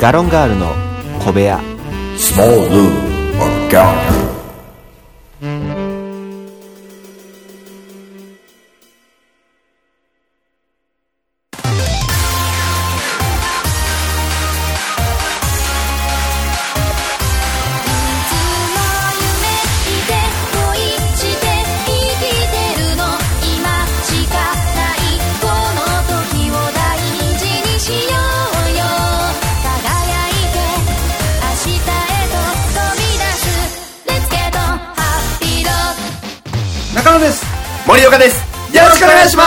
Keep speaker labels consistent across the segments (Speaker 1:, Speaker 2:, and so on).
Speaker 1: ガロンガールの小部屋
Speaker 2: Small Lou or Gallagher.
Speaker 3: いつも夢見て恋して生きてるの今しかないこの時を大事にしようよ輝いて明日へと飛び出す Let's get on happy road
Speaker 4: 中野です
Speaker 5: 森岡ですよろしくお願いしま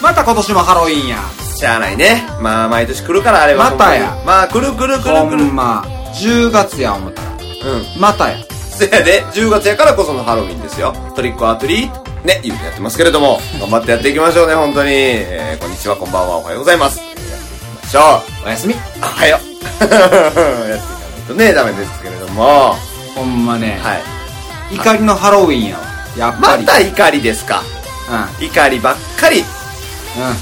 Speaker 4: また今年もハロウィンや
Speaker 5: すしゃあないねまあ毎年来るからあれは
Speaker 4: またや
Speaker 5: まあ来る来る来
Speaker 4: ほ
Speaker 5: る来る
Speaker 4: んま10月や思ったら
Speaker 5: うん
Speaker 4: またや
Speaker 5: せやで10月やからこそのハロウィンですよトリックアートリートね言うてやってますけれども頑張ってやっていきましょうね本当に、えー、こんにちはこんばんはおはようございますやっていきましょう
Speaker 4: おやすみ
Speaker 5: おはよう やっていかないとねダメですけれどもは
Speaker 4: ほんまね、
Speaker 5: い
Speaker 4: 怒りのハロウィンやわやっぱ
Speaker 5: ま
Speaker 4: り
Speaker 5: た怒りですか怒りばっかり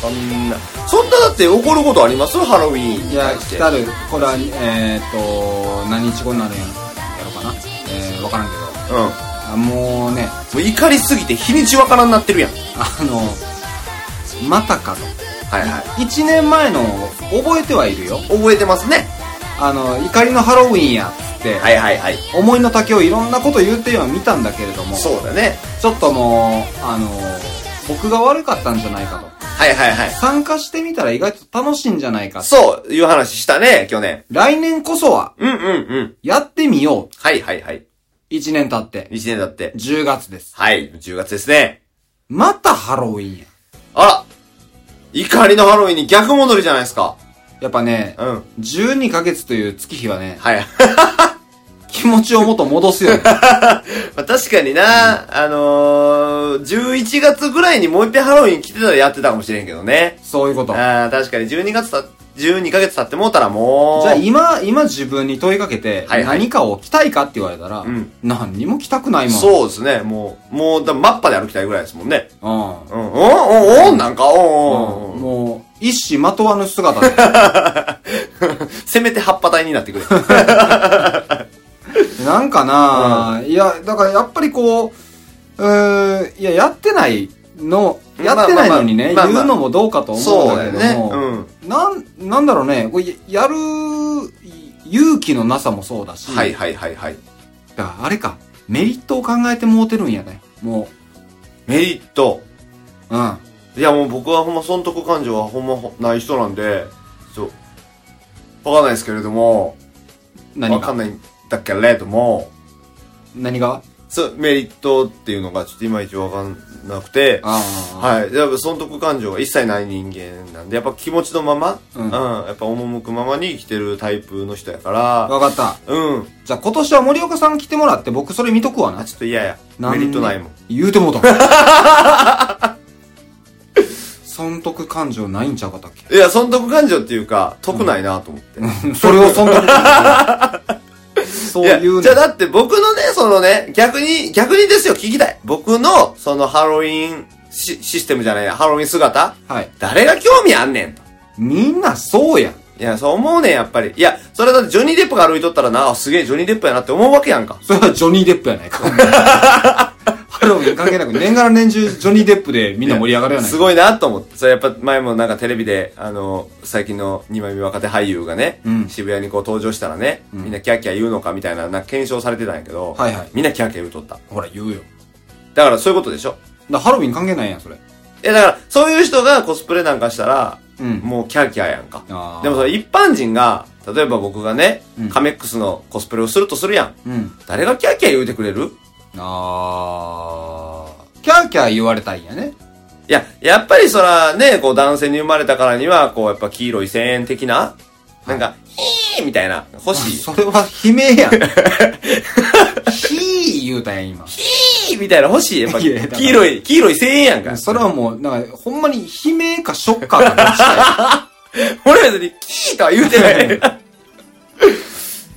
Speaker 5: そんなそんなだって怒ることありますハロウィーン
Speaker 4: うん
Speaker 5: に
Speaker 4: いや
Speaker 5: 対し
Speaker 4: 来
Speaker 5: て
Speaker 4: たるこれはえー、っと何日後になるんやろかなえー、分からんけど
Speaker 5: うんも
Speaker 4: あもうね
Speaker 5: う怒りすぎて日にちわからんなってるやんは
Speaker 4: あのまたかと
Speaker 5: いはい
Speaker 4: 1年前の覚えてはいるよ
Speaker 5: 覚えてますね
Speaker 4: あの怒りのハロウィンやっつって、
Speaker 5: はいはいはい
Speaker 4: 思いの丈をいろんなこと言っては見たんだけれども
Speaker 5: そうだね
Speaker 4: ちょっともう、あの僕が悪かったんじゃないかと。
Speaker 5: はいはいはい
Speaker 4: 参加してみたら意外と楽しいんじゃないか。
Speaker 5: そういう話したね、去年。
Speaker 4: 来年こそは、
Speaker 5: うんうんうん。
Speaker 4: やってみよう。
Speaker 5: はいはいはい。
Speaker 4: 一年経って。
Speaker 5: 1年だって。
Speaker 4: 10月です。
Speaker 5: はい、10月ですね。
Speaker 4: またハロウィンや。
Speaker 5: あら怒りのハロウィンに逆戻りじゃないですか。
Speaker 4: やっぱね
Speaker 5: う、ん。
Speaker 4: 12ヶ月という月日はね、
Speaker 5: はい。
Speaker 4: 気持ちを元戻すよね。
Speaker 5: まあ確かにな、あのー、11月ぐらいにもう一遍ハロウィン来てたらやってたかもしれんけどね。
Speaker 4: そういうこと。じ
Speaker 5: あ
Speaker 4: ゃ
Speaker 5: あ、確かに12月た、12ヶ月経ってもうたらもう。
Speaker 4: あ今、今自分に問いかけて、
Speaker 5: はいはい
Speaker 4: 何かを着たいかって言われたら、
Speaker 5: うん
Speaker 4: 何にも着たくないもん。
Speaker 5: そうですね、もう、もう、だマッパで歩きたいぐらいですもんね。
Speaker 4: うん。うん。
Speaker 5: うん、おん、おん、おん、なんか、おん、おん、おん。
Speaker 4: もう、一糸まとわぬ姿で。
Speaker 5: せめて葉っぱ体になってくれ。
Speaker 4: なんかな、あいや、だからやっぱりこう、うーん、いや、やってないの、やってないのにね、
Speaker 5: まあまあまあ
Speaker 4: 言うのもどうかと思うんだけども、
Speaker 5: そうだよね
Speaker 4: なん、なんだろうね、こうややる勇気のなさもそうだし、
Speaker 5: はいはいはいはい。
Speaker 4: だからあれか、メリットを考えてもうてるんやね、も
Speaker 5: メリット。
Speaker 4: う。うん。
Speaker 5: いやもう僕はほんま損得感情はほんまない人なんで、ちょっと、わかんないですけれども、
Speaker 4: 何
Speaker 5: わか
Speaker 4: が
Speaker 5: んないんだけれども、
Speaker 4: 何が
Speaker 5: そう、メリットっていうのがちょっといまいちわかんなくて、
Speaker 4: ああ、
Speaker 5: はい。やっぱ損得感情が一切ない人間なんで、やっぱ気持ちのまま、
Speaker 4: う
Speaker 5: うんん、やっぱ赴くままに生きてるタイプの人やから、
Speaker 4: わかった。
Speaker 5: うん。
Speaker 4: じゃあ今年は森岡さん来てもらって僕それ見とくわ
Speaker 5: あ、
Speaker 4: な。
Speaker 5: ちょっと嫌や。
Speaker 4: なん
Speaker 5: メ
Speaker 4: で
Speaker 5: リットないもん。
Speaker 4: 言うてもうた。 損得感情ないんちゃうかったっけ
Speaker 5: いや、損得感情っていうか、得ないなと思って。
Speaker 4: それをそんなことそう
Speaker 5: いや
Speaker 4: いう
Speaker 5: じゃあ
Speaker 4: ね。
Speaker 5: だって僕のね、そのね、逆に、逆にですよ、聞きたい。僕の、そのハロウィンシシステムじゃないや、ハロウィン姿
Speaker 4: はい。
Speaker 5: 誰が興味あんねんと。
Speaker 4: みんなそうやん。
Speaker 5: いや、そう思うねん、やっぱり。いや、それだってジョニー・デップが歩いとったらな、あすげえジョニー・デップやなって思うわけやんか。
Speaker 4: それはジョニー・デップ やないか。ハロウィン関係なく、年がら年中ジョニー・デップでみんな盛り上がるやない
Speaker 5: す
Speaker 4: か。
Speaker 5: ごいなと思って。それやっぱ前もなんかテレビで、あの、最近の二枚目若手俳優がね、
Speaker 4: うん
Speaker 5: 渋谷にこう登場したらね、みんなキャーキャー言うのかみたいな、なんか検証されてたんやけど、
Speaker 4: はいはい
Speaker 5: みんなキャーキャー言うとった。
Speaker 4: ほら言うよ。
Speaker 5: だからそういうことでしょ。
Speaker 4: だハロウィン関係ないやん、それ。
Speaker 5: え、だから、そういう人がコスプレなんかしたら、
Speaker 4: うん
Speaker 5: もうキャーキャーやんか。
Speaker 4: あー
Speaker 5: でもそれ一般人が、例えば僕がね、
Speaker 4: うん
Speaker 5: カメックスのコスプレをするとするやん。
Speaker 4: うん。
Speaker 5: 誰がキャーキャー言うてくれる
Speaker 4: あー。キャーキャー言われたいんやね。
Speaker 5: いや、やっぱりそらね、こう男性に生まれたからには、こうやっぱ黄色い声援的な、なんか、ヒーみたいな、欲しい、
Speaker 4: それは 悲鳴やん。ひー言うたやん、今。
Speaker 5: ヒーみたいな欲しい、やっぱ
Speaker 4: いやだから
Speaker 5: 黄色い、黄色い声援やんか。
Speaker 4: それはもう、なんか、ほんまに悲鳴かショッカーかどっちかや
Speaker 5: 俺別に、キーとは言うてない。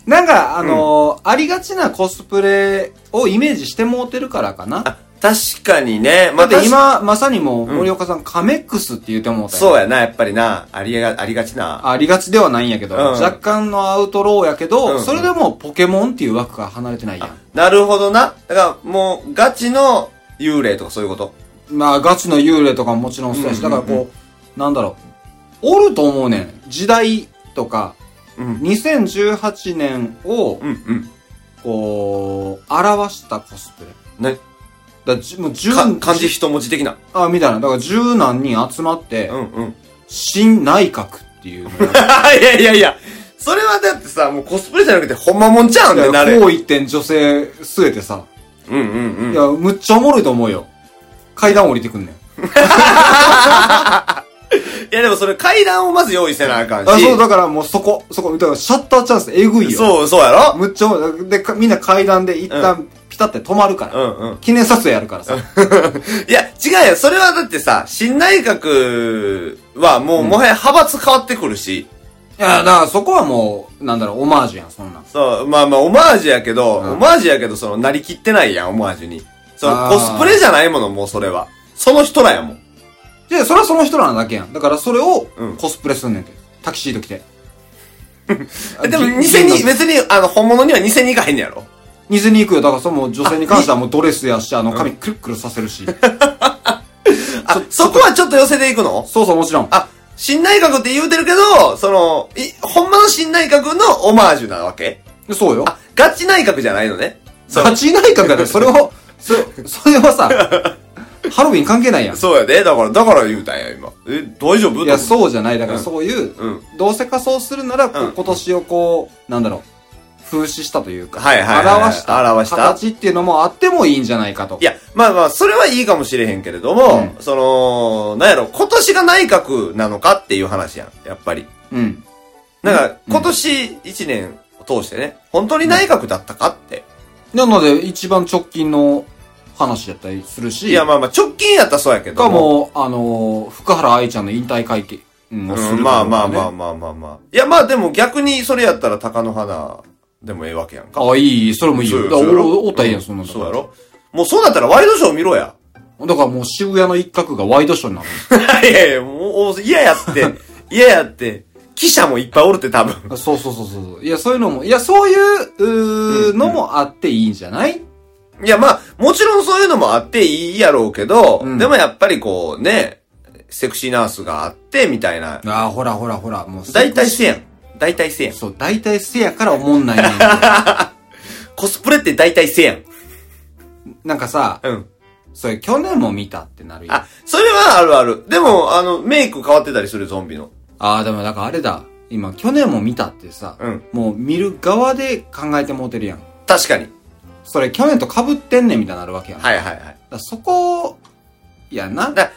Speaker 4: なんか、あのーありがちなコスプレをイメージしてもうてるからかな。
Speaker 5: 確かにね。ま
Speaker 4: だ
Speaker 5: あ、
Speaker 4: って
Speaker 5: 今、
Speaker 4: 今、まさにもう、森岡さん、カメックスって言ってもうたやん
Speaker 5: そうやな、やっぱりな、ありが、ありがちな。
Speaker 4: ありがちではないんやけど、
Speaker 5: うん
Speaker 4: 若干のアウトローやけど、
Speaker 5: うん
Speaker 4: それでもポケモンっていう枠から離れてないやん。
Speaker 5: なるほどな。だから、もう、ガチの幽霊とかそういうこと。
Speaker 4: まあ、ガチの幽霊とかももちろんそうやし、
Speaker 5: うんうんうん
Speaker 4: だからこう、なんだろう、おると思うねん。時代とか、
Speaker 5: うん。
Speaker 4: 2018年を
Speaker 5: う、ん、うん。
Speaker 4: こう、表したコスプレ。
Speaker 5: ね、
Speaker 4: だからじもう十
Speaker 5: か、漢字一文字的な。
Speaker 4: あ、みたいな。だから十何人集まって、
Speaker 5: うん、うん。
Speaker 4: 新内閣っていうのをやっ
Speaker 5: いやいやいや。それはだってさ、もうコスプレじゃなくて、ほんまもんちゃうんって な
Speaker 4: て、
Speaker 5: る。
Speaker 4: こう一点女性据えてさ、
Speaker 5: うんうんうん。
Speaker 4: いや、むっちゃおもろいと思うよ。階段降りてくんねん。
Speaker 5: いやでもそれ階段をまず用意せなあかんし。
Speaker 4: あ、そう、だからもうそこ、そこ、だからシャッターチャンスえぐいよ。
Speaker 5: そう、そうやろ
Speaker 4: むっちゃおもろい。で、かみんな階段で一旦ピタって止まるから。
Speaker 5: うんうん。
Speaker 4: 記念撮影やるからさ。
Speaker 5: いや、違うよ。それはだってさ、新内閣はもう、もはや派閥変わってくるし。
Speaker 4: いや、だからそこはもう、なんだろう、オマージュやん、そんなん。
Speaker 5: そう、まあまあ、オマージュやけど、
Speaker 4: うん
Speaker 5: オマージュやけど、その、なりきってないやん、オマージュに。その、
Speaker 4: あ
Speaker 5: コ
Speaker 4: ー
Speaker 5: スプレじゃないもの、もうそれは。その人らやもん。
Speaker 4: で、それはその人らなだけやん。だからそれを
Speaker 5: うん
Speaker 4: コスプレすんねんて。タキシード着て。
Speaker 5: えでも、
Speaker 4: あ
Speaker 5: 偽に、別に、あの、本物には偽に行かへんねやろ。
Speaker 4: 偽に行くよ。だからその女性に関してはもうドレスやし、あの髪クルックルさ せるし。
Speaker 5: あ、そこはちょっと寄せていくの
Speaker 4: そうそう、もちろん。
Speaker 5: あ、新内閣って言うてるけど、その、い、ほんまの新内閣のオマージュなわけ
Speaker 4: そうよ。
Speaker 5: あ、ガチ内閣じゃないのね。そう
Speaker 4: ガチ内 閣やで、それを、そそれはさ、ハロウィン関係ないやん。
Speaker 5: そうやで。だから、だから言うたんや、今。え、大丈夫
Speaker 4: いや、
Speaker 5: う。
Speaker 4: そうじゃない。だから
Speaker 5: うん
Speaker 4: そういう、
Speaker 5: うん。
Speaker 4: どうせ仮装するなら、こう
Speaker 5: うん
Speaker 4: 今年をこう、なんだろう、風刺したというか、
Speaker 5: はいはいはい
Speaker 4: 表した、
Speaker 5: 表した
Speaker 4: 形っていうのもあってもいいんじゃないかと
Speaker 5: い。や、まあまあ、それはいいかもしれへんけれども、その、なんやろ、今年が内閣なのかっていう話やん、やっぱり。
Speaker 4: うん。
Speaker 5: なんか、
Speaker 4: うん
Speaker 5: 今年1年を通してね、本当に内閣だったかって。
Speaker 4: なので、一番直近の話やったりするし、
Speaker 5: いや、まあまあ、直近やったらそうやけど
Speaker 4: か。も、あのー、福原愛ちゃんの引退会見をするとかね、
Speaker 5: うん、まあまあまあまあまあまあ。いや、まあでも逆にそれやったら鷹の花でもええわけやんか。
Speaker 4: あ、いい、それもいいよ。だから
Speaker 5: そうやろ
Speaker 4: おおったらいいやん、そんなんだ
Speaker 5: そ
Speaker 4: か
Speaker 5: う
Speaker 4: ら
Speaker 5: やろもうそうなったらワイドショー見ろ や。
Speaker 4: だからもう渋谷の一角がワイドショーになる。
Speaker 5: いやいや、もう、嫌やって、嫌やって、記者もいっぱいおるって多分。
Speaker 4: そうそうそうそう。いや、そういうのも、いや、そういううーのもあっていいんじゃない
Speaker 5: いや、まあ、もちろんそういうのもあっていいやろうけど、
Speaker 4: うん
Speaker 5: でもやっぱりこうね、セクシーナースがあって、みたいな。
Speaker 4: ああ、ほらほらほら、もう。
Speaker 5: 大体せやん。大体せやん。
Speaker 4: そう、大体せやから思んないねんて
Speaker 5: コスプレって大体せやん。
Speaker 4: なんかさ、
Speaker 5: うん。
Speaker 4: それ去年も見たってなるよ。
Speaker 5: あ、それはあるある。でも、あの、メイク変わってたりするゾンビの。
Speaker 4: ああ、でもだからあれだ。今、去年も見たってさ、
Speaker 5: うん
Speaker 4: もう見る側で考えてもうてるやん。
Speaker 5: 確かに。
Speaker 4: それ去年と被ってんねんみたいになるわけやん。だか
Speaker 5: はいはいはい。
Speaker 4: らそこ、やな。
Speaker 5: だ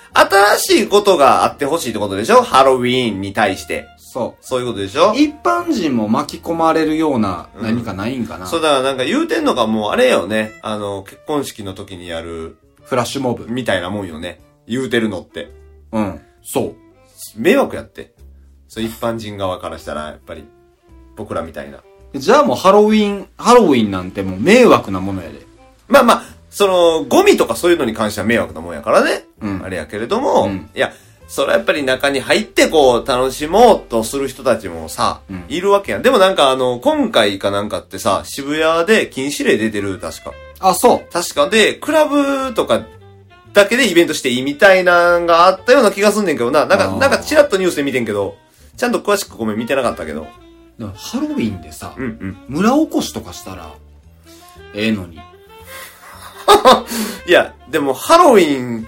Speaker 5: 新しいことがあってほしいってことでしょハロウィーンに対して。
Speaker 4: そ
Speaker 5: そういうことでしょ
Speaker 4: う。一般人も巻き込まれるような何かないんかな。
Speaker 5: そうだからなんか言うてんのがもうあれよね。あの、結婚式の時にやる、
Speaker 4: フラッシュモブ。
Speaker 5: みたいなもんよね。言うてるのって。
Speaker 4: うん。そう。
Speaker 5: 迷惑やって。そう、一般人側からしたら、やっぱり、僕らみたいな。
Speaker 4: じゃあもうハロウィン、ハロウィンなんてもう迷惑なものやで。
Speaker 5: まあまあ、その、ゴミとかそういうのに関しては迷惑なもんやからね。
Speaker 4: うん
Speaker 5: あれやけれども、
Speaker 4: うん
Speaker 5: いや、それはやっぱり中に入ってこう、楽しもうとする人たちもさ、
Speaker 4: うん
Speaker 5: いるわけやん。でもなんかあの、今回かなんかってさ、渋谷で禁止令出てる、確か。
Speaker 4: あ、そう。
Speaker 5: 確かで、クラブとかだけでイベントしていいみたいなんがあったような気がすんねんけどな。なん
Speaker 4: あ
Speaker 5: か、
Speaker 4: ー
Speaker 5: なんかチラッとニュースで見てんけど、ちゃんと詳しくごめん見てなかったけど。
Speaker 4: でもハロウィンでさ、
Speaker 5: うんうん。
Speaker 4: 村おこしとかしたら、ええのに。
Speaker 5: いや、でもハロウィン、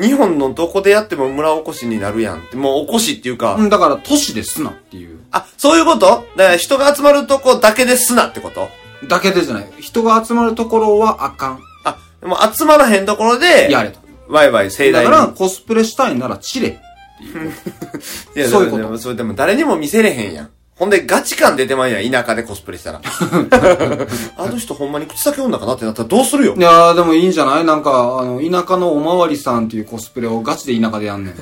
Speaker 5: 日本のどこでやっても村おこしになるやんって、もうおこしっていうか、
Speaker 4: うん、だから都市ですなっていう。
Speaker 5: あ、そういうことだから人が集まるとこだけですなってこと
Speaker 4: だけでじゃない。人が集まるところはあかん。
Speaker 5: あ、でも集まらへんところで、
Speaker 4: やれと。
Speaker 5: ワイワイ盛
Speaker 4: だ
Speaker 5: 大に。
Speaker 4: からコスプレしたいならチレ。
Speaker 5: いや
Speaker 4: そういうこと
Speaker 5: でもそれでも誰にも見せれへんやん。ほんでガチ感出てまいやん、田舎でコスプレした ら。あの人ほんまに口先女かなってなったらどうするよ
Speaker 4: い。やーでもいいんじゃないなんか、あの、田舎のおまわりさんっていうコスプレをガチで田舎 でやんねん。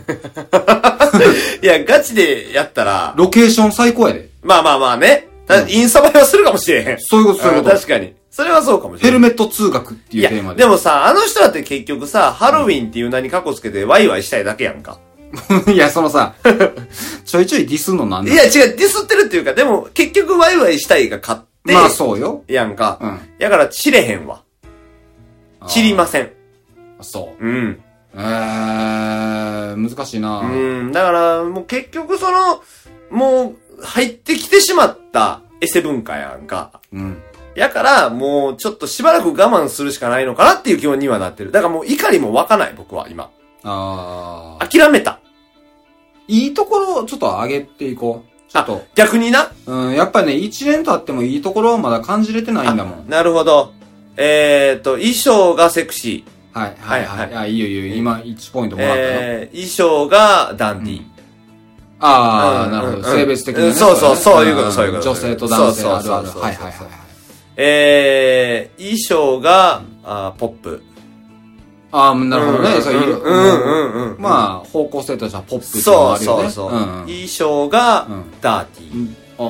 Speaker 5: いや、ガチでやったら、
Speaker 4: ロケーション最高やで。
Speaker 5: まあまあまあね。だインスタ映えはするかもしれへん。
Speaker 4: そういうことそういうこと
Speaker 5: ん確かに。それはそうかもし
Speaker 4: ヘ
Speaker 5: れ
Speaker 4: ル
Speaker 5: ない。
Speaker 4: メット通学って
Speaker 5: い
Speaker 4: いうテーマ
Speaker 5: や、
Speaker 4: で。
Speaker 5: でもさ、あの人だって結局さ、ハロウィンっていう名にカッコつけてワイワイしたいだけやんか。
Speaker 4: いや、その さ、ちょいちょいディスんのなん
Speaker 5: い
Speaker 4: だ
Speaker 5: や、違う、ディスってるっていうか、でも、結局ワイワイしたいが勝って、
Speaker 4: まあそうよ。
Speaker 5: やんか。
Speaker 4: うん
Speaker 5: やから、知れへんわ。 知りません。
Speaker 4: そう。
Speaker 5: うん。
Speaker 4: えー、難しいな、
Speaker 5: うん。だから、もう結局その、もう、入ってきてしまったエセ文化やんか。
Speaker 4: うん。
Speaker 5: やから、もう、ちょっとしばらく我慢するしかないのかなっていう気分にはなってる。だからもう怒りも湧かない、僕は、今。
Speaker 4: あー。
Speaker 5: 諦めた。
Speaker 4: いいところをちょっと上げていこう。ちょっと。
Speaker 5: 逆にな。
Speaker 4: うん、やっぱね、一年経ってもいいところはまだ感じれてないんだもん。
Speaker 5: なるほど。えーと、衣装がセクシー。
Speaker 4: はい、はい、
Speaker 5: は
Speaker 4: はいい。あ、いいよ、いいよ。今、1ポイントもらったよ。
Speaker 5: えー、衣装がダンディ。
Speaker 4: うんあ
Speaker 5: うん
Speaker 4: あ、なるほ
Speaker 5: うん
Speaker 4: ど。性別的に
Speaker 5: うん
Speaker 4: ね。
Speaker 5: そうそうそう
Speaker 4: れね
Speaker 5: いうことそういうこと
Speaker 4: 女性と男性
Speaker 5: そうそう
Speaker 4: ある
Speaker 5: そ
Speaker 4: あ
Speaker 5: う
Speaker 4: る。
Speaker 5: そう
Speaker 4: はいはいはい。
Speaker 5: えー、衣装が、あーポップ。
Speaker 4: ああ、なるほど
Speaker 5: うん
Speaker 4: ね。そういう
Speaker 5: うんうんうんうん。
Speaker 4: まあ、方向性としてはポップっていうのも
Speaker 5: そ
Speaker 4: あ
Speaker 5: う
Speaker 4: る
Speaker 5: そう
Speaker 4: よね。
Speaker 5: そう。
Speaker 4: んん
Speaker 5: 衣装が
Speaker 4: うん、
Speaker 5: ダーティー。
Speaker 4: あ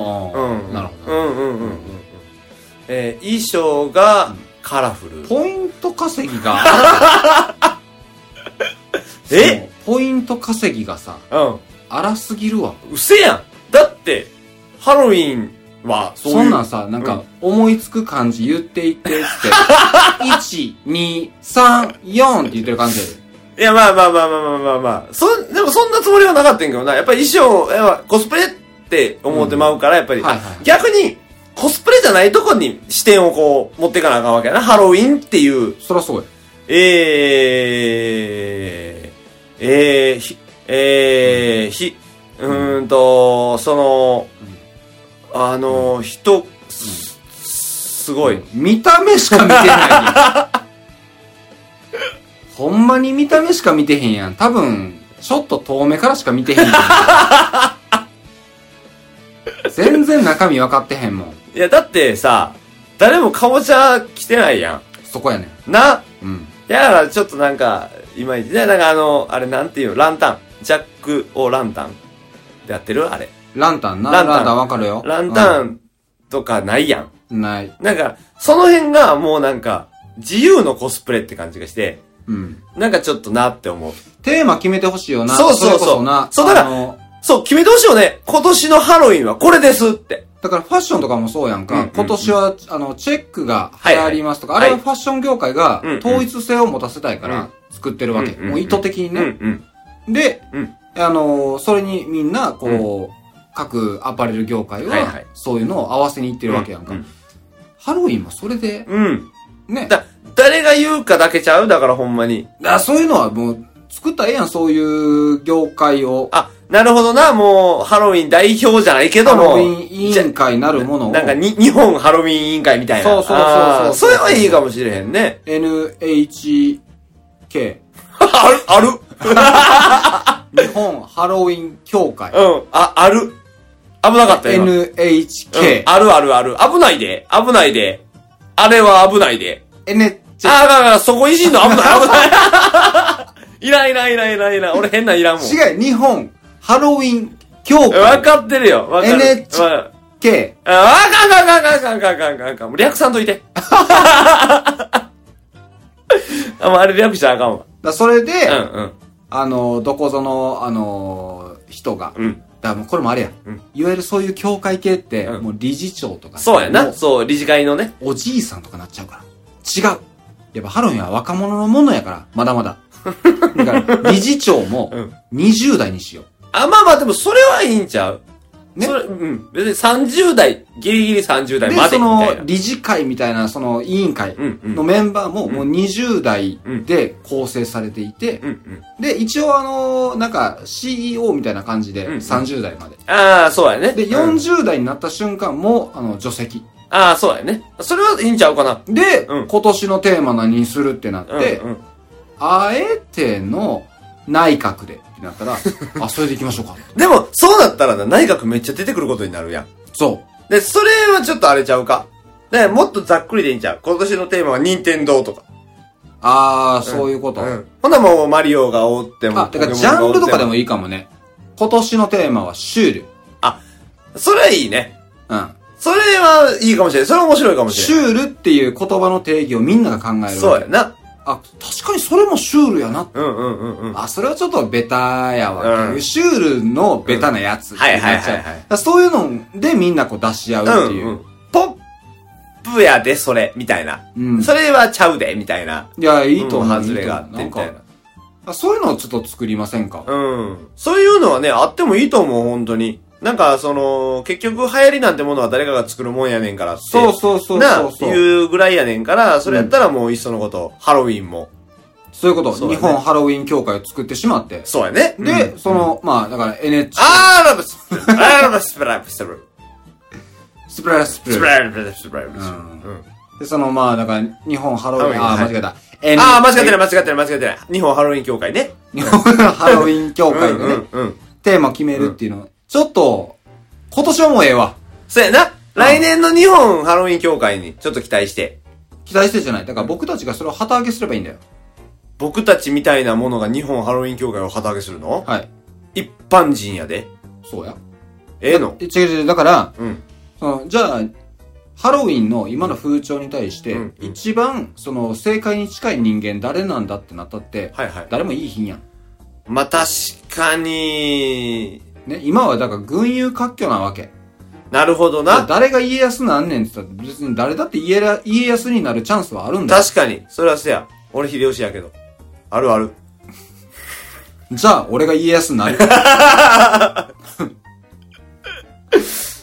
Speaker 4: あ、なるほ
Speaker 5: う
Speaker 4: ど。
Speaker 5: んうんうんうんうん。えー、衣装が、カラフル。
Speaker 4: ポイント稼ぎが、
Speaker 5: え
Speaker 4: そうポイント稼ぎがさ、
Speaker 5: うん。
Speaker 4: 荒すぎるわ。
Speaker 5: うせやんだって、ハロウィンは、そういう。
Speaker 4: そんなんさ、なんか、思いつく感じ言っていって、 つって、1、2、3、4って言ってる感じやで
Speaker 5: いや、まあまあまあまあまあまあまあ。そん、でもそんなつもりはなかったんやけどな。やっぱり衣装、やっぱコスプレって思ってまうから、やっぱり、
Speaker 4: はいはい
Speaker 5: 逆に、コスプレじゃないとこに視点をこう、持っていかなあかんわけやな。ハロウィンっていう、
Speaker 4: そりゃそうや。
Speaker 5: えー、えー、ひ、えー、ひ、うーんと、その、あの、人、す、すごい。
Speaker 4: 見た目しか見てないやんほんまに見た目しか見てへんやん。多分、ちょっと遠目からしか見てへんやん。全然中身分かってへんもん。
Speaker 5: いや、だってさ、誰もカボチャ着てないや
Speaker 4: そこやねん。
Speaker 5: ん。な、
Speaker 4: うん。
Speaker 5: いやだからちょっとなんか、いまいち。ね、なんかあの、あれなんていうのランタン。ジャック・オー・ランタン。でやってるあれ。
Speaker 4: ランタンな。
Speaker 5: ラ
Speaker 4: ラ
Speaker 5: ンタ
Speaker 4: ン
Speaker 5: ン
Speaker 4: タン分かるよ。
Speaker 5: ランタンとかないやん。
Speaker 4: うん。ない。
Speaker 5: なんか、その辺がもうなんか、自由のコスプレって感じがして、
Speaker 4: うん。
Speaker 5: なんかちょっとなって思う。
Speaker 4: テーマ決めてほしいよな。
Speaker 5: そうそうそう
Speaker 4: れこそな。
Speaker 5: そうだから
Speaker 4: あの
Speaker 5: そう、決めてほしいよね。今年のハロウィンはこれですって。
Speaker 4: だからファッションとかもそうやん
Speaker 5: うん
Speaker 4: か。
Speaker 5: うんうん
Speaker 4: 今年は、あの、チェックが流行りますとか、
Speaker 5: はいはい
Speaker 4: あれはファッション業界が
Speaker 5: うんうん
Speaker 4: 統一性を持たせたいか
Speaker 5: うん
Speaker 4: ら作ってるわけ。
Speaker 5: うんうんうん
Speaker 4: もう意図的に
Speaker 5: うん
Speaker 4: ね。
Speaker 5: うん。
Speaker 4: で、
Speaker 5: うん
Speaker 4: あのーそれにみんな、こう、各アパレル業界
Speaker 5: はいは、
Speaker 4: はいそういうのを合わせにいってるわけやんか。
Speaker 5: うん
Speaker 4: ハロウィンもそれで、
Speaker 5: うん。
Speaker 4: ね。だ
Speaker 5: だ、誰が言うかだけちゃうだからほんまに。
Speaker 4: そういうのはもう、作ったらええやん、そういう業界を。
Speaker 5: あ、なるほどな、もう、ハロウィン代表じゃないけど
Speaker 4: ハ
Speaker 5: も。
Speaker 4: ロウィン委員会なるものを、
Speaker 5: なんかに、日本ハロウィン委員会みたいな。
Speaker 4: そうそうそうそう
Speaker 5: あーそれはいいかもしれへんね。
Speaker 4: NHK、
Speaker 5: ある、ある。
Speaker 4: 日本ハロウィン協会、
Speaker 5: うん。あ、ある。危なかったよ。今うん
Speaker 4: NHK、
Speaker 5: あるあるある。危ないで。危ないで。あれは危ないで。
Speaker 4: NH、
Speaker 5: あー、だからそこいじんの 危ない、危ない。いらんいらんいらんいらんいらん。俺変なんいらんもん。
Speaker 4: 違う、日本ハロウィン協
Speaker 5: わ
Speaker 4: 会、
Speaker 5: かってるよ。わかる。
Speaker 4: NHK
Speaker 5: わかるあわかんあかんあかんあかんあかんあかんあかん。もう略さんとい て。あ、もうあれ略したらあかんわ。
Speaker 4: だそれで、
Speaker 5: うんうん。
Speaker 4: あの、どこぞの、あの、人が、
Speaker 5: うん。
Speaker 4: だからもうこれもあれや、
Speaker 5: うん
Speaker 4: いわゆるそういう協会系って、
Speaker 5: うん
Speaker 4: もう理事長とか、
Speaker 5: そうや
Speaker 4: も
Speaker 5: な。そう、理事会のね。
Speaker 4: おじいさんとかなっちゃうから。違う。やっぱハロウィンは若者のものやから、まだ まだ。だから、理事長も
Speaker 5: うん、
Speaker 4: 20代にしよう。
Speaker 5: あ、まあまあ、でもそれはいいんちゃう
Speaker 4: ね
Speaker 5: それ、うん。別に30代、ギリギリ30代
Speaker 4: で、
Speaker 5: まで
Speaker 4: そ
Speaker 5: みたいな
Speaker 4: の、。理事会みたいな、その委員会
Speaker 5: うんうん。
Speaker 4: のメンバーも、もう20代
Speaker 5: うん
Speaker 4: で構成されていて
Speaker 5: う、んうん。
Speaker 4: で、一応あの、なんか、CEO みたいな感じで、
Speaker 5: うんうん
Speaker 4: 30代まで。
Speaker 5: ああ、そうやね。
Speaker 4: で、
Speaker 5: うん
Speaker 4: 40代になった瞬間も、あの、除籍。
Speaker 5: ああ、そうやね。それはいいんちゃうかな。
Speaker 4: で、
Speaker 5: うん
Speaker 4: 今年のテーマ何にするってなって、
Speaker 5: うんうん。
Speaker 4: あえての内閣でってなっ たら、あ、それで行きましょうか。
Speaker 5: でも、そうなったらな、内閣めっちゃ出てくることになるやん。
Speaker 4: そ
Speaker 5: で、それはちょっと荒れちゃうか。で、もっとざっくりでいいんちゃう今年のテーマは任天堂とか。
Speaker 4: う。あー、そういうこと。
Speaker 5: うん。ほなもうマリオがおっても。
Speaker 4: あ、だか
Speaker 5: ポケモ
Speaker 4: ら
Speaker 5: ン
Speaker 4: ジ
Speaker 5: が
Speaker 4: ャ
Speaker 5: おっ
Speaker 4: ン
Speaker 5: て
Speaker 4: ルとかで。もいいかもね。今年のテーマはシュール。
Speaker 5: それはいいね。
Speaker 4: うん。
Speaker 5: それはいいかもしれない。それは面白いかもし
Speaker 4: シ
Speaker 5: れない。
Speaker 4: ュールっていう言葉の定義をみんなが考える。
Speaker 5: そうや。な。
Speaker 4: あ、確かにそれもシュールやな。
Speaker 5: うんうんうんうん。
Speaker 4: あ、それはちょっとベタやわっていう。
Speaker 5: うん
Speaker 4: シュールのベタなやつってなっち
Speaker 5: は
Speaker 4: ゃう。
Speaker 5: いはいはいはい
Speaker 4: だからそういうのでみんなこう出し合うっていう。
Speaker 5: んん、ポップやで、それ、みたいな。
Speaker 4: うん
Speaker 5: それはちゃうで、みたいな。
Speaker 4: いや、いいと思う。
Speaker 5: うん外れがあって
Speaker 4: いいと思う
Speaker 5: みたいな
Speaker 4: なんか、そういうのをちょっと作りませんか、
Speaker 5: うん。そういうのはね、あってもいいと思う、本当に。なんか、その、結局、流行りなんてものは誰かが作るもんやねんからって。
Speaker 4: そうそうそうそうそう
Speaker 5: な、いうぐらいやねんから、それやったらもういっそのこと、ハロウィンも。
Speaker 4: そういうこと、
Speaker 5: そうだ
Speaker 4: 日
Speaker 5: ね
Speaker 4: 本ハロウィン協会を作ってしまって。
Speaker 5: そうやね。
Speaker 4: で、
Speaker 5: うん
Speaker 4: その、まあ、だから NH、
Speaker 5: あーラブスプララブスプラブスプラ
Speaker 4: スプラスプ
Speaker 5: スプ
Speaker 4: ラ。
Speaker 5: ララブスプラブスプラブスプラブスプラブスプラブスプラブスプラブスプラブスプララうん
Speaker 4: うんで、その、まあ、だから、日本ハロウィン、あ
Speaker 5: ハ
Speaker 4: あ、
Speaker 5: ロウィン
Speaker 4: 間違えた。N-
Speaker 5: あー、間違ってない、間違ってない、間違ってない。日本ハロウィン協会ね。
Speaker 4: 日本 ハロウィン協
Speaker 5: うんう
Speaker 4: 会でね、
Speaker 5: んうん。
Speaker 4: テーマ決めるっていうの、ちょっと、今年はもうええわ。
Speaker 5: そうやな。来年の日本ハロウィン協会にちょっと期待して。
Speaker 4: 期待してじゃない。だから僕たちがそれを旗揚げすればいいんだよ。
Speaker 5: 僕たちみたいなものが日本ハロウィン協会を旗揚げするの、
Speaker 4: はい。
Speaker 5: 一般人やで。
Speaker 4: そうや。
Speaker 5: ええの
Speaker 4: え違う違う、だから、
Speaker 5: うん。
Speaker 4: そのじゃあ、ハロウィンの今の風潮に対して、
Speaker 5: うんうん
Speaker 4: 一番、その、正解に近い人間誰なんだってなったって、
Speaker 5: はいはい。
Speaker 4: 誰もいい品やん。
Speaker 5: まあ、確かに、
Speaker 4: ね、今はだから群雄割拠なわけ。
Speaker 5: なるほどな。
Speaker 4: 誰が家康なんねんって言ったら、別に誰だって家ら家康になるチャンスはあるんだよ。
Speaker 5: 確かに。それはせや。俺秀吉やけど。あるある。
Speaker 4: じゃあ、俺が家康になる。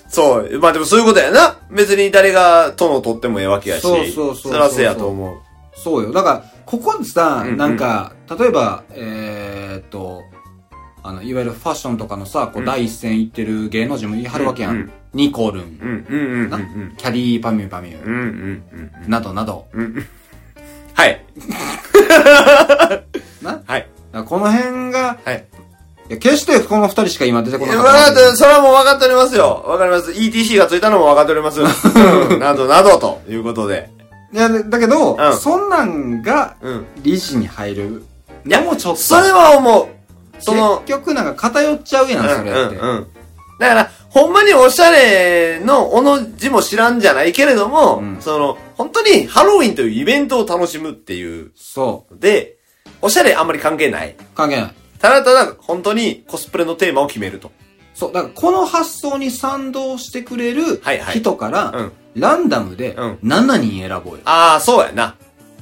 Speaker 5: そう。まあでもそういうことやな。別に誰が殿を取ってもええわけやし。
Speaker 4: そうそうそうそう
Speaker 5: そらせやと思う。
Speaker 4: そうよ。だから、ここでさ、
Speaker 5: うんうん
Speaker 4: なんか、例えば、えーっと、あの、いわゆるファッションとかのさ、こう、第一線行ってる芸能人も言い張るわけやん。
Speaker 5: うんうん
Speaker 4: ニコルン、
Speaker 5: うんうんうんうんうん。
Speaker 4: キャリーパミュパミ
Speaker 5: うん
Speaker 4: ュ、
Speaker 5: うんうんうん。
Speaker 4: などなど。
Speaker 5: はい。 はい。
Speaker 4: なだからこの辺が、
Speaker 5: はい。
Speaker 4: いや、決してこの二人しか今出てこ
Speaker 5: 分
Speaker 4: なかっ
Speaker 5: か
Speaker 4: た
Speaker 5: っ。て、それはもう分かっておりますよ。分かります。ETC がついたのも分かっております。うんなどなどということで。
Speaker 4: いや、だだけど、
Speaker 5: うん
Speaker 4: そんなんが、
Speaker 5: うん。
Speaker 4: 理事に入る。
Speaker 5: いや
Speaker 4: でもちょっと。
Speaker 5: それは思う。その
Speaker 4: 結、局なんか偏っちゃうやん、それって。
Speaker 5: うんうんうん。だから、ほんまにおしゃれのおの字も知らんじゃないけれども、
Speaker 4: うん
Speaker 5: その、本当にハロウィンというイベントを楽しむっていう
Speaker 4: そ
Speaker 5: ので、おしゃれあんまり関係ない。
Speaker 4: う。関係ない。
Speaker 5: ただただ、本当にコスプレのテーマを決めると。
Speaker 4: そう。だからこの発想に賛同してくれる
Speaker 5: はいはい
Speaker 4: 人から、
Speaker 5: うん
Speaker 4: ランダムで
Speaker 5: うん
Speaker 4: 7人選ぼうよ。
Speaker 5: ああ、そうやな。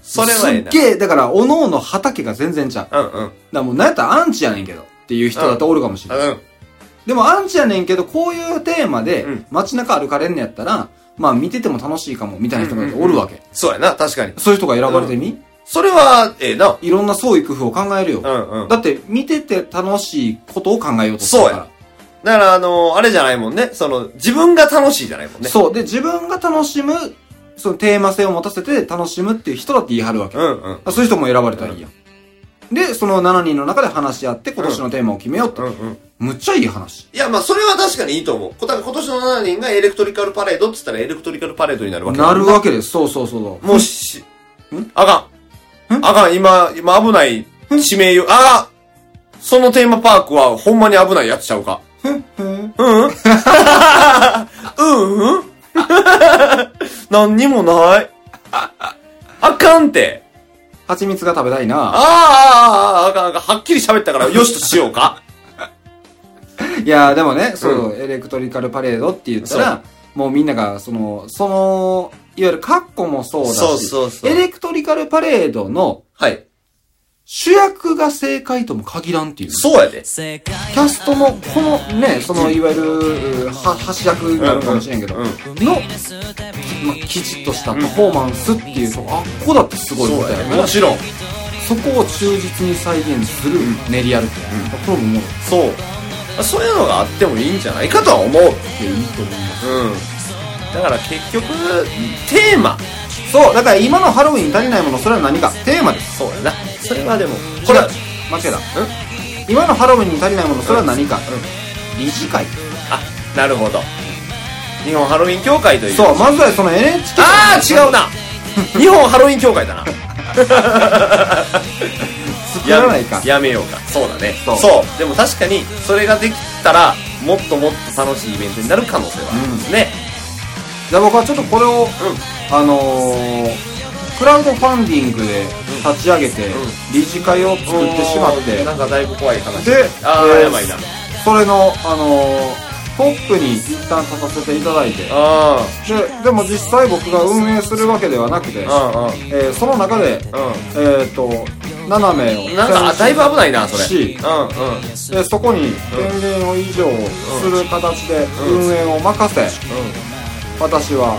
Speaker 5: それはええな。
Speaker 4: すっげえ、だから、おのおの畑が全然ちゃう。だか
Speaker 5: うんうん。
Speaker 4: らもう、なんやったらアンチやねんけど。っていう人だっておるかもしれない。
Speaker 5: うん。
Speaker 4: でも、アンチやねんけど、こういうテーマで
Speaker 5: うん、
Speaker 4: 街中歩かれんのやったら、まあ、見てても楽しいかも、みたいな人がおるわけ。
Speaker 5: そうやな、確かに。
Speaker 4: そういう人が選ばれてみ
Speaker 5: それは、ええな。
Speaker 4: いろんな創意工夫を考えるよ。
Speaker 5: うんうん。
Speaker 4: だって、見てて楽しいことを考えようとするから。
Speaker 5: だから、あのあれじゃないもんね。その、自分が楽しいじゃないもんね。
Speaker 4: そう。で、自分が楽しむ、そのテーマ性を持たせて楽しむっていう人だって言い張るわけ。
Speaker 5: うんうん。
Speaker 4: そういう人も選ばれたらいいやん。で、その7人の中で話し合って今年のテーマを決めようって
Speaker 5: う。んうん。
Speaker 4: むっちゃいい話。
Speaker 5: いや、まあ、それは確かにいいと思う。こだから今年の7人がエレクトリカルパレードって言ったらエレクトリカルパレードになるわけだ
Speaker 4: なるわけです。そうそうそう。
Speaker 5: もうし、あかん。あかん、今、今危ない、地名よ、あかんそのテーマパークはほんまに危ないやつちゃうか。うんうん うんうん 何にもない。あかんって。
Speaker 4: 蜂蜜が食べたいな。
Speaker 5: あーあー、あーあー、あかんあかん。はっきり喋ったから、よしとしようか。
Speaker 4: いやーでもね、そう、エレクトリカルパレードって言ったら、もうみんなが、その、その、いわゆるカッコもそうだし、
Speaker 5: そうそうそう
Speaker 4: エレクトリカルパレードの
Speaker 5: はい。
Speaker 4: 主役が正解とも限らんっていう。
Speaker 5: そうやで。
Speaker 4: キャストも、このね、その、いわゆる、は、橋役になるかもしれんけど、
Speaker 5: うんうん
Speaker 4: の、ま、きちっとしたパフォーマンスっていうとこ、あ、ここだってすごいみたいな。
Speaker 5: もちろん。
Speaker 4: そこを忠実に再現する練り歩き、これももう
Speaker 5: そう。そういうのがあってもいいんじゃないかとは思う。
Speaker 4: いいと思います
Speaker 5: うん。だから結局、テーマ。
Speaker 4: そうだから今のハロウィンに足りないものそれは何かテーマです
Speaker 5: そうやな。それはでも、
Speaker 4: こ
Speaker 5: こ
Speaker 4: れ
Speaker 5: れ、
Speaker 4: 間違えた今のハロウィンに足りないものそれは何か、理事会
Speaker 5: あ、なるほど。日本ハロウィン協会という。
Speaker 4: そうまずはその NHK
Speaker 5: ああ、違うな。日本ハロウィン協会だな。
Speaker 4: 作らないか
Speaker 5: やめやめようか。そうだね。
Speaker 4: そ
Speaker 5: そうう。でも確かに、それができたら、もっともっと楽しいイベントになる可能性はありますね。
Speaker 4: じゃあ僕はちょっとこれを、あのークラウドファンディングで立ち上げて、理事会を作ってしまって、
Speaker 5: なんかだいぶ怖い話
Speaker 4: で
Speaker 5: ああ
Speaker 4: えー
Speaker 5: やばいな
Speaker 4: それの、あのートップに一旦立たせていただいて、
Speaker 5: あ
Speaker 4: ででも実際僕が運営するわけではなくて、え
Speaker 5: あうんうん
Speaker 4: ーその中で、
Speaker 5: う
Speaker 4: えっ、と、7名を選出し
Speaker 5: んなんかあだいぶ危ないなそれ
Speaker 4: し
Speaker 5: うんうん
Speaker 4: でそこに権限を以上する形で運営を任せ、私は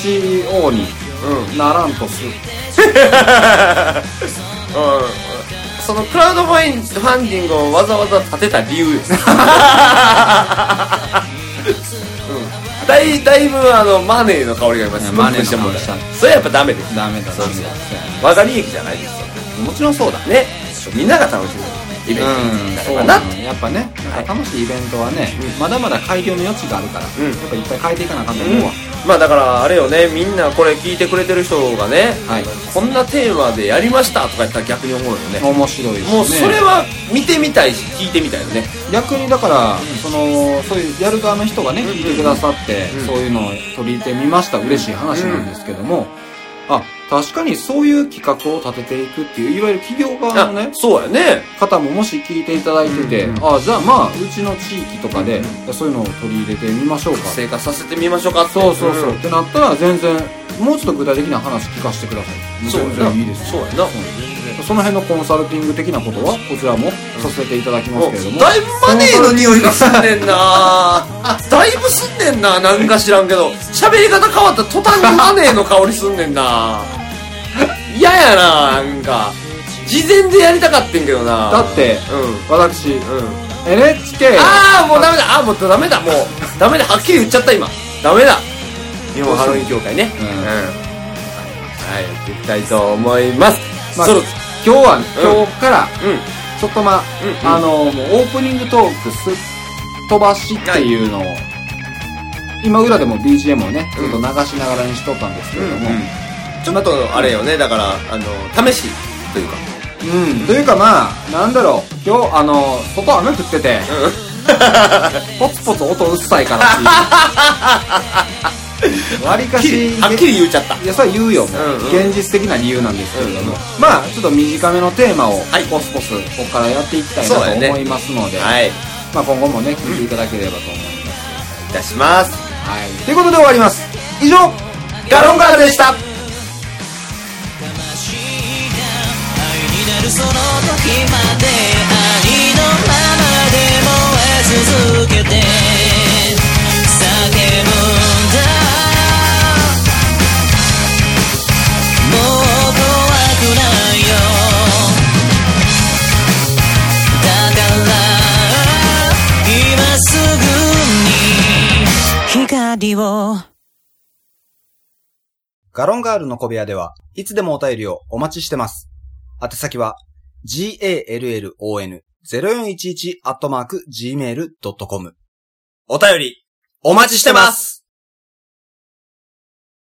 Speaker 4: CEO に
Speaker 5: うんうん
Speaker 4: ならんとす
Speaker 5: うんそのクラウドファインファンディングをわざわざ立てた理由です、うん、だいだいぶあのマネーの香りが今すご
Speaker 4: マネ
Speaker 5: く
Speaker 4: ーの
Speaker 5: してもらっ
Speaker 4: 香り
Speaker 5: たそれやっぱダメです
Speaker 4: ダメだ
Speaker 5: そうですよ我が利益じゃないですよ
Speaker 4: もちろんそうだ
Speaker 5: ねみんなが楽しむイベントになればなと
Speaker 4: やっぱねなんか楽しいイベントはね、まだまだ改良の余地があるか
Speaker 5: ん
Speaker 4: ら、やっぱいっぱい変えていかなあかんと
Speaker 5: う
Speaker 4: 思
Speaker 5: ん
Speaker 4: うわ、
Speaker 5: まあだからあれよねみんなこれ聞いてくれてる人がね、
Speaker 4: はい
Speaker 5: こんなテーマでやりましたとか言ったら逆に思うよね
Speaker 4: 面白いし、ね、
Speaker 5: もうそれは見てみたいし聞いてみたいよね
Speaker 4: 逆にだから、そのそういうやる側の人がね、聞いてくださって、
Speaker 5: うん
Speaker 4: そういうのを取り入れてみました嬉しい話なんですけども、あ確かにそういう企画を立てていくっていういわゆる企業側の
Speaker 5: あ
Speaker 4: ね
Speaker 5: そうやね
Speaker 4: 方ももし聞いていただいてて、あじゃあまあうちの地域とかで、そういうのを取り入れてみましょうか
Speaker 5: 生活させてみましょうかって
Speaker 4: そうそうそう、
Speaker 5: ん
Speaker 4: ってなったら全然もうちょっと具体的な話聞かせてください
Speaker 5: そう
Speaker 4: 全
Speaker 5: や
Speaker 4: 然
Speaker 5: ない
Speaker 4: いです
Speaker 5: そう
Speaker 4: よ
Speaker 5: やな、
Speaker 4: その辺のコンサルティング的なことはこちらもさせていただきますけれども、
Speaker 5: だいぶマネーの匂いがすんねんな だいぶすんねんななんか知らんけど喋り方変わった途端にマネーの香りすんねんな嫌ややななんか事前でやりたかってんけどな
Speaker 4: だって
Speaker 5: う
Speaker 4: 私
Speaker 5: んうん
Speaker 4: NHK
Speaker 5: ああもうダメだあーもうダメだもうダメだはっきり言っちゃった今ダメだ日本ハロウィン協会ね
Speaker 4: うん
Speaker 5: はいやっていきたいと思います、
Speaker 4: まあ
Speaker 5: そろ
Speaker 4: 今日は、今日から
Speaker 5: うん
Speaker 4: ちょっとまあ、
Speaker 5: うん
Speaker 4: あのもうオープニングトークすっ飛ばしっていうのを、今裏でも BGM をねちょっと流しながらにしとったんですけれども、
Speaker 5: ちょっとあれよねだからあの試しというか
Speaker 4: うん、というかまあ、なんだろう、今日、あの、外雨降っ てて、ポツポツ音うっさいから っていう。わりかし、
Speaker 5: はっきり言っちゃった
Speaker 4: いや、それは言うよ、もう
Speaker 5: うんうん
Speaker 4: 現実的な理由なんですけれども。
Speaker 5: うん
Speaker 4: まあ、ちょっと短めのテーマを
Speaker 5: はい、
Speaker 4: ポスポス、ここからやっていきたい
Speaker 5: そうだよ
Speaker 4: な
Speaker 5: ね
Speaker 4: と思いますので、
Speaker 5: はい
Speaker 4: まあ今後もね、聞いていただければと思います。
Speaker 5: いたします
Speaker 4: はい。ということで終わります。以上
Speaker 5: ガロンガールでした
Speaker 6: になるその時までありのままで燃え続けて叫ぶんだもう怖くないよだから今すぐに光を
Speaker 1: ガロンガールの小部屋では、いつでもお便りをお待ちしてます。宛先は、gallon0411-gmail.com。
Speaker 5: お便りお待ちしてます